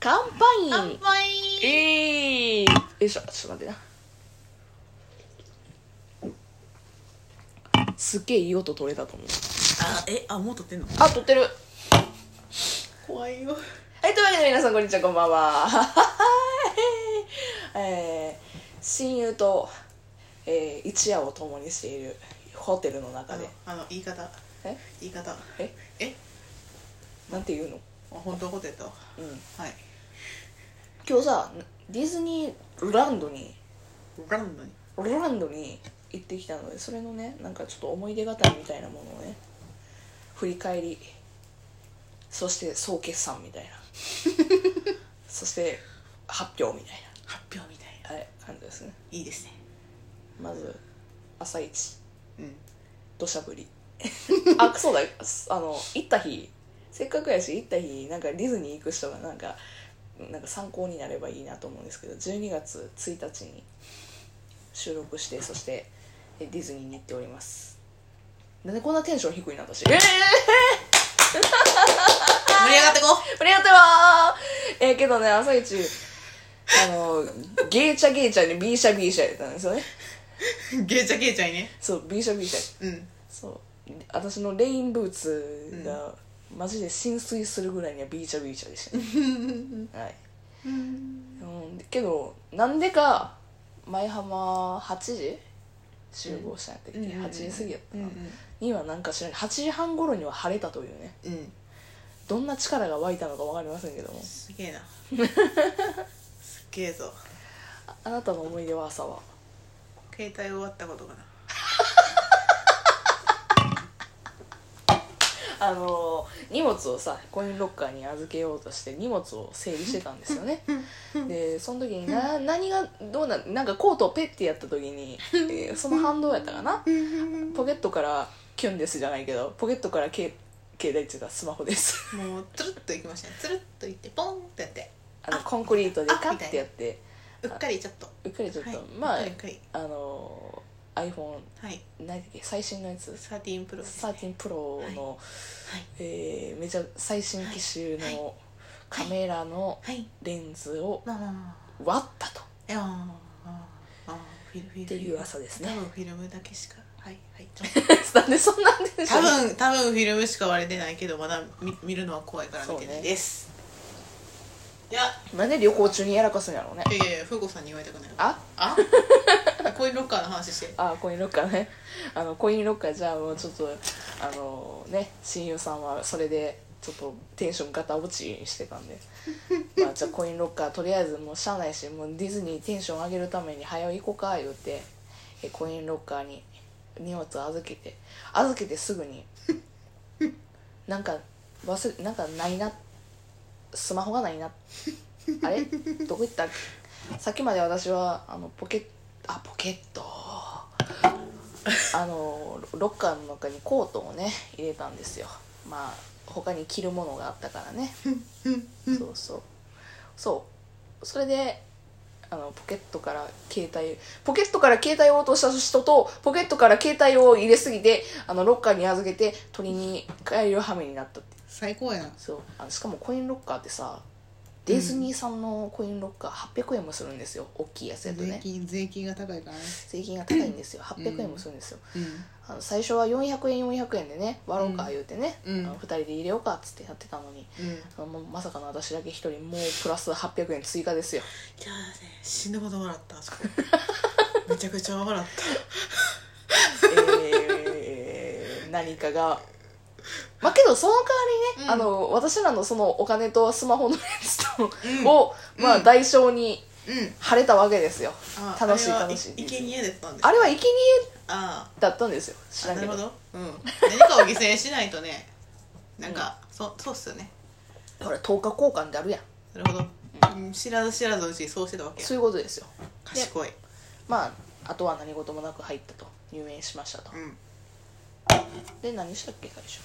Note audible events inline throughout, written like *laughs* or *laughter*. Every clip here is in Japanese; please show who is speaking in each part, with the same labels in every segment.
Speaker 1: 乾
Speaker 2: 乾
Speaker 1: 杯
Speaker 2: 杯
Speaker 1: えいよいしょちょっと待ってなすっげえいい音取れたと思う
Speaker 2: あえあもう撮ってんの
Speaker 1: あ取ってる
Speaker 2: 怖いよ
Speaker 1: はい、というわけで皆さんこんにちは、こんばんは。 *laughs* えー、親友と、えー一夜を共にしているホテルの
Speaker 2: あ
Speaker 1: 中
Speaker 2: の
Speaker 1: で、
Speaker 2: あの言い方
Speaker 1: え
Speaker 2: 言い方
Speaker 1: え
Speaker 2: え
Speaker 1: なんて言うの
Speaker 2: あ本当のことやったわ
Speaker 1: うん。
Speaker 2: はい
Speaker 1: 今日さ、ディズニーランドに、
Speaker 2: ランドに
Speaker 1: ランドに行ってきたので、それのね、なんかちょっと思い出語りみたいなものをね、振り返り、そして総決算みたいな、そして発表みたい
Speaker 2: 発表みたいな
Speaker 1: な、はい、感じですね。
Speaker 2: いいですね
Speaker 1: まず、朝一。
Speaker 2: うん
Speaker 1: 土砂降り *laughs* あそうだあの行った日せっかくやし行った日なんかディズニー行く人がなんかなんか参考になればいいなと思うんですけど12月1日に収録してそしてえディズニーに行っておりますなんでこんなテンション低いな私ええ
Speaker 2: 盛り上がってこ
Speaker 1: ありがとうわーえーけどね朝一あのゲーチャゲーチャにビーシャビーシャやったんですよね
Speaker 2: う *laughs* ゲーチャゲーチャいね
Speaker 1: そうビーシャビーシャ
Speaker 2: うん
Speaker 1: そう私のレインブーツが、マジで浸水するぐらいにはビーチャビーチャでした、ね、はい、うん、けどなんでか舞浜8時集合したんやったっけ、
Speaker 2: うん
Speaker 1: 8時過ぎやった
Speaker 2: う
Speaker 1: か
Speaker 2: ん
Speaker 1: な、にはなんか知らない8時半頃には晴れたというね
Speaker 2: うんうん
Speaker 1: どんな力が湧いたのか分かりませんけども
Speaker 2: すげえなすげえぞ
Speaker 1: ああなたの思い出は朝は
Speaker 2: 携帯終わったことかな
Speaker 1: あのー荷物をさコインロッカーに預けようとして荷物を整理してたんですよねでその時にな何がどうなんなんかコートをペッてやった時に、えーその反動やったかなポケットからキュンですじゃないけどポケットからけ携帯っていうかスマホです
Speaker 2: もうつるっといきましたねつるっといってポンってやって
Speaker 1: あのコンクリートでカッてやって
Speaker 2: うっかりちょっと
Speaker 1: うっかりちょっと、
Speaker 2: はい
Speaker 1: まあ
Speaker 2: うっかりうっ
Speaker 1: あ
Speaker 2: か
Speaker 1: のー iPhone
Speaker 2: りはい
Speaker 1: 何だっけ最新のやつ
Speaker 2: 13プロですはい
Speaker 1: 13 Pro の、えーめちゃ最新機種
Speaker 2: はい
Speaker 1: のカメラの
Speaker 2: はい
Speaker 1: レンズを
Speaker 2: まあまあま
Speaker 1: 割ったと *laughs*
Speaker 2: あいやーあーあーフィルフィル
Speaker 1: っていう朝です
Speaker 2: 多
Speaker 1: ね
Speaker 2: 分フィルムだけしかはいはい
Speaker 1: なんでそんなんでしょ
Speaker 2: 多 *laughs* 分多分フィルムしか割れてないけどまだ見見るのは怖いから見てないです、いや
Speaker 1: なんで旅行中にやらかすんやろうね
Speaker 2: いやいや風子さんに言われたくない
Speaker 1: あ
Speaker 2: あコインロッカーの話して
Speaker 1: あコインロッカーねあのコインロッカーじゃあもうちょっとあのね親友さんはそれでちょっとテンションガタ落ちしてたんでまあじゃあコインロッカーとりあえずもうしゃあないしもうディズニーテンション上げるために早う行こうか言うてえコインロッカーに荷物を預けて預けてすぐになんか忘れなんかないなスマホがないなあれどこ行ったっけさっきまで私はあのポケットあポケットあのロッカーの中にコートをね入れたんですよまあ他に着るものがあったからねそうそうそうそれであのポケットから携帯ポケットから携帯を落とした人とポケットから携帯を入れすぎてあのロッカーに預けて鳥に帰る羽目になったって
Speaker 2: 最高やな
Speaker 1: そうあのしかもコインロッカーってさディズニーさんのコインロッカー800円もするんですよ大きいやつやとね
Speaker 2: 金税金が高いからね
Speaker 1: 税金が高いんですよ800円もするんですよ、
Speaker 2: うん
Speaker 1: あの最初は400円400円でね割ろうか言うてね、
Speaker 2: うん
Speaker 1: あの2人で入れようかっつってやってたのに、
Speaker 2: うんい
Speaker 1: あのもうまさかの私だけ1人もうプラス800円追加ですよ
Speaker 2: やね死ぬほど笑った *laughs* あそこめちゃくちゃ笑っ
Speaker 1: えー、何かがまあけどその代わりね、
Speaker 2: うん
Speaker 1: あの私らのそのお金とスマホのやつと、
Speaker 2: うん
Speaker 1: を、まあ、
Speaker 2: うん
Speaker 1: 代償に
Speaker 2: たうん
Speaker 1: 晴れたわけですよ、
Speaker 2: あ
Speaker 1: 楽しい
Speaker 2: あれは
Speaker 1: 楽しい
Speaker 2: い生贄だったんです
Speaker 1: あれは生贄
Speaker 2: あ
Speaker 1: だったんですよ知
Speaker 2: あ
Speaker 1: ら
Speaker 2: なん
Speaker 1: け
Speaker 2: る
Speaker 1: ど
Speaker 2: ほど、うん、 *laughs* 何かを犠牲しないとねなんか、そそうっすよね
Speaker 1: ほら10日交換であるやん
Speaker 2: なるほど、うん知らず知らずうちにそうしてたわけや
Speaker 1: そういうことですよ
Speaker 2: 賢い
Speaker 1: まああとは何事もなく入ったと入園しましたと、
Speaker 2: うん
Speaker 1: で何したっけ最初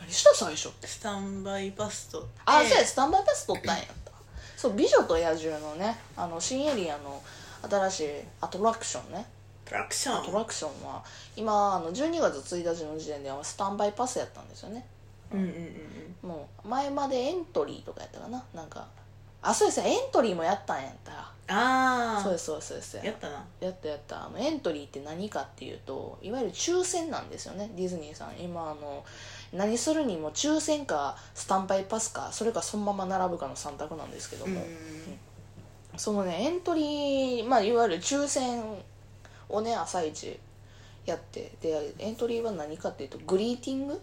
Speaker 1: 何した最初
Speaker 2: スタンバイパスト
Speaker 1: あ、そうや
Speaker 2: す
Speaker 1: スタンバイパス取ったんやったそう「美女と野獣」のねあの新エリアの新しいアトラクションね
Speaker 2: プラクシ
Speaker 1: ア
Speaker 2: ョ
Speaker 1: ト
Speaker 2: ン
Speaker 1: ラクションは今あの12月1日の時点ではスタンバイパスやったんですよね
Speaker 2: うんうんうん
Speaker 1: もう前までエントリーとかやったかななんかあそうですねエントリーもやったんやったら
Speaker 2: ああ
Speaker 1: そうですそうですそうです
Speaker 2: やったな
Speaker 1: やったやったあのエントリーって何かっていうといわゆる抽選なんですよねディズニーさん今あの何するにも抽選かスタンバイパスかそれかそのまま並ぶかの3択なんですけど
Speaker 2: う
Speaker 1: も、
Speaker 2: ん
Speaker 1: そのねエントリー、まあ、いわゆる抽選をね朝一やってでエントリーは何かっていうとグリーティング、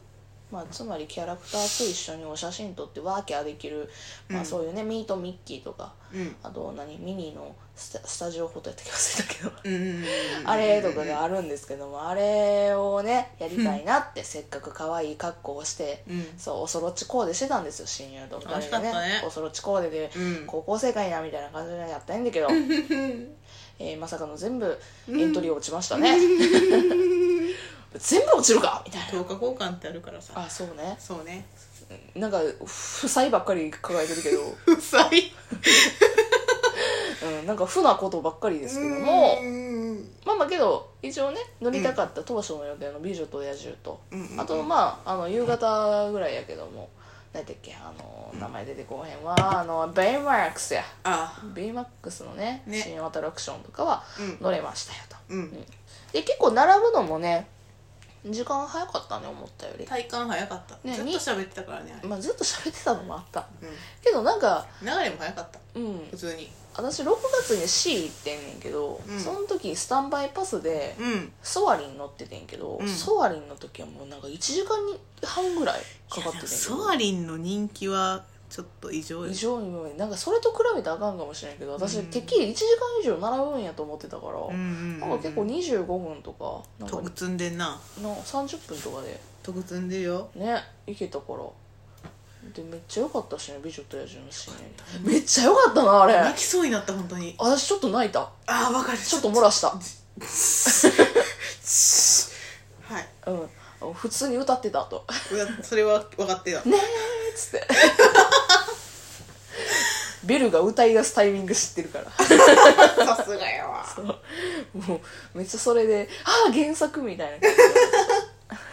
Speaker 1: まあ、つまりキャラクターと一緒にお写真撮ってワーキャーできる、ま
Speaker 2: う
Speaker 1: あ、
Speaker 2: ん
Speaker 1: そういうね、ミートミッキーとか
Speaker 2: うん
Speaker 1: あと何ミニーのスタスタジオフォトやった気がするけど。
Speaker 2: うん
Speaker 1: あれとかがあるんですけどもあれをねやりたいなってせっかく可愛い格好をして
Speaker 2: うん
Speaker 1: そうおそろっちコーデしてたんですよ親友と二人で
Speaker 2: 楽しかったね
Speaker 1: おそろっちコーデで
Speaker 2: うん
Speaker 1: 高校生かいなみたいな感じでやったんだ
Speaker 2: *laughs*
Speaker 1: けど、えーまさかの全部エントリー落ちましたね *laughs* 全部落ちるかみたい
Speaker 2: 等価交換ってあるからさ
Speaker 1: なあそうね
Speaker 2: そうね *laughs*
Speaker 1: なんか負債ばっかり抱えてるけど、
Speaker 2: 負債
Speaker 1: うん、なんか負なことばっかりですけども
Speaker 2: うん
Speaker 1: まあまあけど一応ね乗りたかった当初の予定の「美女と野獣と」
Speaker 2: うん
Speaker 1: あとまああの夕方ぐらいやけども何だっけあの名前出てこうへんはあのベイマックスや
Speaker 2: あ
Speaker 1: ベイマックスのね
Speaker 2: ね
Speaker 1: 新アトラクションとかは
Speaker 2: うん
Speaker 1: 乗れましたよと、
Speaker 2: うん
Speaker 1: で結構並ぶのもね時間早かったね思ったより、
Speaker 2: 体感早かった
Speaker 1: ね
Speaker 2: ずっと
Speaker 1: に
Speaker 2: 喋ってたからねあれ
Speaker 1: まあ、ずっと喋ってたのもあった
Speaker 2: うん
Speaker 1: けどなんか
Speaker 2: 流れも早かった
Speaker 1: うん
Speaker 2: 普通に
Speaker 1: 私6月に C 行ってんねんけど、
Speaker 2: うん
Speaker 1: その時スタンバイパスで
Speaker 2: うん
Speaker 1: ソアリン乗っててんけど、
Speaker 2: うん
Speaker 1: ソアリンの時はもうなんか1時間半ぐらいかかっててんけど
Speaker 2: ソアリンの人気はちょっと異常よ
Speaker 1: 異常にもなんかそれと比べてあかんかもしれないけど私
Speaker 2: うん
Speaker 1: てっきり1時間以上並ぶんやと思ってたから、
Speaker 2: うんうんうん
Speaker 1: なんか結構25分とかなんか
Speaker 2: 得積んでんな
Speaker 1: な30分とかで
Speaker 2: 得積んでるよ
Speaker 1: ね行けたからでめっちゃ良かったしね「美女と野獣」のシーンめっちゃ良かったなあれ
Speaker 2: 泣きそうになった本当に
Speaker 1: 私ちょっと泣いた
Speaker 2: ああわかる
Speaker 1: ちょっと漏らした
Speaker 2: *laughs* はい
Speaker 1: うん普通に歌ってたと
Speaker 2: うわそれは分かってた
Speaker 1: ねえっつってベルが歌い出すタイミング知ってるから
Speaker 2: さすがやわ
Speaker 1: もうめっちゃそれで「ああ原作」みたいな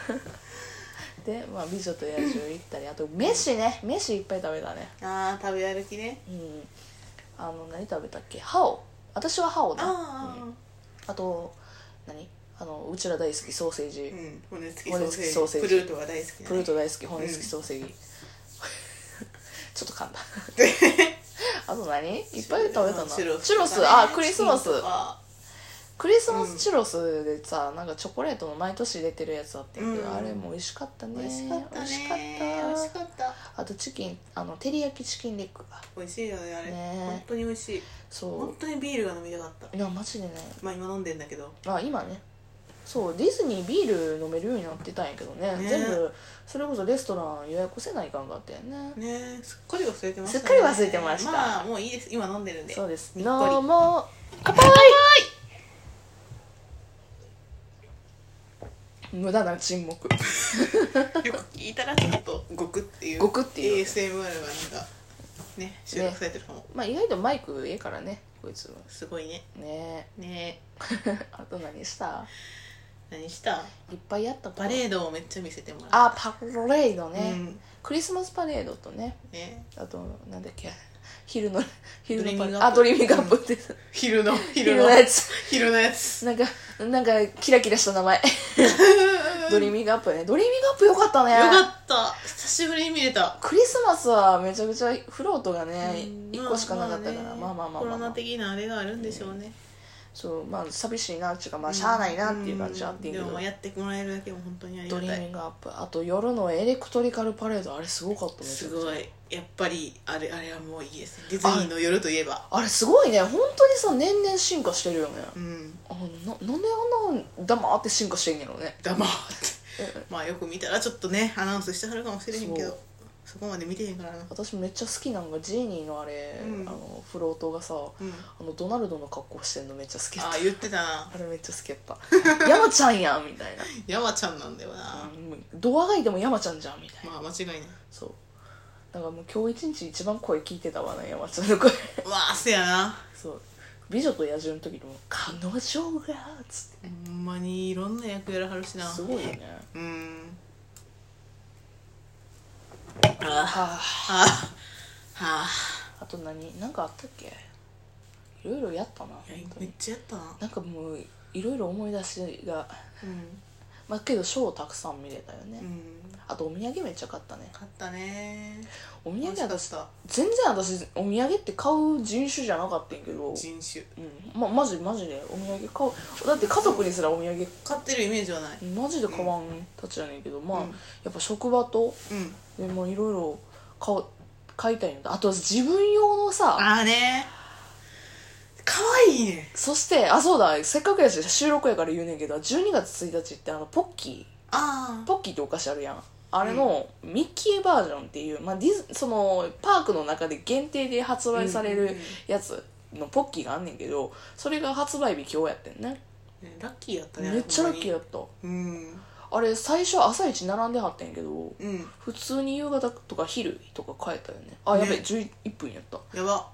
Speaker 1: 感じでで、まあ、美女と野獣行ったりあと飯ね飯いっぱい食べたね
Speaker 2: あー食べ歩きね
Speaker 1: うんあの何食べたっけハオ私はハオだ
Speaker 2: ああ
Speaker 1: うんあと何あのうちら大好きソーセージ、
Speaker 2: うん骨付きソ
Speaker 1: 骨
Speaker 2: ー
Speaker 1: 付き
Speaker 2: セ
Speaker 1: ソー
Speaker 2: ー
Speaker 1: セ
Speaker 2: ジ
Speaker 1: ー
Speaker 2: プ
Speaker 1: ジ
Speaker 2: ルートは大好き
Speaker 1: プルー
Speaker 2: ト
Speaker 1: ト大好き骨付きソーセ *laughs* ージ、ちょっと
Speaker 2: *laughs*
Speaker 1: 噛んだあと何いっぱい食べたな
Speaker 2: チュロス
Speaker 1: チュロス
Speaker 2: とかね
Speaker 1: あクリスマス
Speaker 2: チキンとか
Speaker 1: クリスマスチュロスでさ、なんかチョコレートの毎年入れてるやつあってんけど、
Speaker 2: うん
Speaker 1: あれも美味しかったね
Speaker 2: 美味しかったね
Speaker 1: 美味しかった
Speaker 2: 美味しかった
Speaker 1: あとチキンあの照り焼きチキンレッグが
Speaker 2: 美味しいよねあれ
Speaker 1: ね
Speaker 2: 本当に美味しい本
Speaker 1: そ
Speaker 2: 当にビールが飲みたかった
Speaker 1: ういやマジでね
Speaker 2: まあ今飲んでんだけど
Speaker 1: あ今ねそうディズニービール飲めるようになってたんやけどね
Speaker 2: ね
Speaker 1: 全部それこそレストラン予約せないかんがあったよね
Speaker 2: ねすっかり忘れてましたね
Speaker 1: すっかり忘れてました
Speaker 2: まあもういいです今飲んでるんで
Speaker 1: そうです
Speaker 2: にっこり
Speaker 1: どうも乾杯無駄な沈黙
Speaker 2: よく聞いたらちょっとごくっていう
Speaker 1: ごくっていう
Speaker 2: ASMR がなんかね収録されてるかも、
Speaker 1: まあ意外とマイクええからねこいつは
Speaker 2: すごいね
Speaker 1: ね
Speaker 2: *laughs* ね
Speaker 1: えあと何した
Speaker 2: 何した
Speaker 1: いっぱいやった
Speaker 2: パレードをめっちゃ見せてもらった
Speaker 1: あパレードね、
Speaker 2: うん
Speaker 1: クリスマスパレードとね
Speaker 2: ね
Speaker 1: あとなんだっけ昼の昼のパレ
Speaker 2: ドリーミングアップ
Speaker 1: あドリーミングアップって、
Speaker 2: 昼の昼
Speaker 1: 昼
Speaker 2: の
Speaker 1: のやつ
Speaker 2: 昼のやつ
Speaker 1: なんかなんかキラキラした名前ドリーミングアップねドリーミングアップよかった *laughs* ね
Speaker 2: よかった久しぶりに見れた
Speaker 1: クリスマスはめちゃくちゃフロートがね
Speaker 2: うん
Speaker 1: 1個しかなかったからまあまあまあ
Speaker 2: コ
Speaker 1: まあ
Speaker 2: ロ
Speaker 1: ま
Speaker 2: ナ
Speaker 1: あ
Speaker 2: 的なあれがあるんでしょうね
Speaker 1: そうまあ寂しいなっていうかまあしゃあないなっていう感じはあってんけ
Speaker 2: で
Speaker 1: ど
Speaker 2: もやってもらえるだけも本当にありが
Speaker 1: ド
Speaker 2: た
Speaker 1: リーミ
Speaker 2: い
Speaker 1: ングアップあと夜のエレクトリカルパレードあれすごかったね
Speaker 2: すごいやっぱりあれあれはもういいですねディズニーの夜といえば
Speaker 1: あれすごいね本当にさ年々進化してるよね
Speaker 2: うん
Speaker 1: あのななんであんな黙って進化してんやろうね
Speaker 2: 黙ってまあよく見たらちょっとねアナウンスしてはるかもしれへんけ
Speaker 1: そ
Speaker 2: どそこまで見てへんからな
Speaker 1: 私めっちゃ好きなんがジーニーのあれ、
Speaker 2: うん
Speaker 1: あのフロートがさ、
Speaker 2: うん
Speaker 1: あのドナルドの格好してんのめっちゃ好きやっ
Speaker 2: あ
Speaker 1: た
Speaker 2: あ言ってたな
Speaker 1: あれめっちゃ好きやった *laughs* 「山ちゃんやん」みたいな
Speaker 2: 山ちゃんなんだよな
Speaker 1: うんドアがいても山ちゃんじゃんみたいな
Speaker 2: まあ間違いない
Speaker 1: そうだからもう今日一日一番声聞いてたわな山ちゃんの
Speaker 2: *laughs*
Speaker 1: 声
Speaker 2: うわあせやな
Speaker 1: そう「美女と野獣」の時にも「彼女が」っつって
Speaker 2: ほんまにいろんな役やらはるしな
Speaker 1: すごいよね
Speaker 2: うんあーはあはあ
Speaker 1: あと何なんかあったっけいろいろやったな本
Speaker 2: いや
Speaker 1: 当
Speaker 2: めっ
Speaker 1: に
Speaker 2: ちゃやったな
Speaker 1: なんかもういろいろ思い出しが
Speaker 2: うん、
Speaker 1: まあけどショーをたくさん見れたよね、
Speaker 2: うん、
Speaker 1: あとお土産めっちゃ買ったね
Speaker 2: 買ったね
Speaker 1: お
Speaker 2: い
Speaker 1: 土産
Speaker 2: しか
Speaker 1: 私
Speaker 2: した
Speaker 1: 全然私お土産って買う人種じゃなかったんやけど
Speaker 2: 人種
Speaker 1: うん、ま、マジマジでお土産買うだって家族にすらお土産
Speaker 2: 買ってるイメージはない
Speaker 1: マジで買わんたちやねんけど、まあ、
Speaker 2: うん
Speaker 1: やっぱ職場と
Speaker 2: うん
Speaker 1: でもいろいろ買う買いたいのとあと自分用のさ
Speaker 2: ああね可愛いね
Speaker 1: そしてあそうだせっかくやし収録やから言うねんけど12月1日ってあのポッキ
Speaker 2: あ
Speaker 1: ーポッキーってお菓子あるやんあれのミッキーバージョンっていう、まあ、ディズそのパークの中で限定で発売され
Speaker 2: うんうん
Speaker 1: る
Speaker 2: うん
Speaker 1: やつのポッキーがあんねんけどそれが発売日今日やってんね
Speaker 2: あ、ねラッキーやったね
Speaker 1: めっちゃラッキーや
Speaker 2: や
Speaker 1: った
Speaker 2: うん
Speaker 1: あれ最初朝一並んではってんけど
Speaker 2: うん
Speaker 1: 普通に夕方とか昼とか帰ったよねあやべ、
Speaker 2: ね
Speaker 1: 11分やった
Speaker 2: やば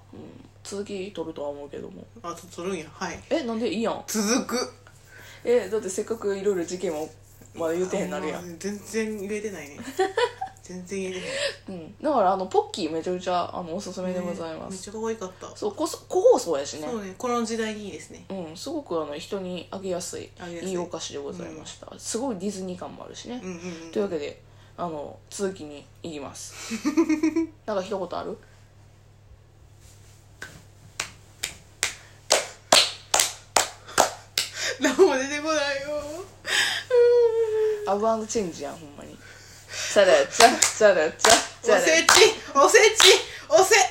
Speaker 1: 続き取るとは思うけども
Speaker 2: あと取るんやはい
Speaker 1: えなんでいいやん
Speaker 2: 続く
Speaker 1: えだってせっかくいろいろ事件もまだ言うてへんなるや
Speaker 2: あ
Speaker 1: ん、
Speaker 2: もう全然言えてないね全然言えて
Speaker 1: うん、だからあのポッキーめちゃめちゃあのおすす
Speaker 2: な
Speaker 1: め
Speaker 2: い
Speaker 1: でございま
Speaker 2: ねめっ
Speaker 1: す、
Speaker 2: ちゃ可愛かった
Speaker 1: そうこそ個包装やしね
Speaker 2: そうねこの時代にいいですね
Speaker 1: うんすごくあの人にあげやすい
Speaker 2: あげやすい
Speaker 1: いいお菓子でございました、すごいディズニー感もあるしね、
Speaker 2: うんうん
Speaker 1: といううわけであの続きに行きます *laughs* なんか一言ある
Speaker 2: ん何も出てこないよ
Speaker 1: アブアンドチェンジやんほんまにチャラチャチャラチャチ
Speaker 2: お
Speaker 1: ャラ
Speaker 2: せちおせちおせ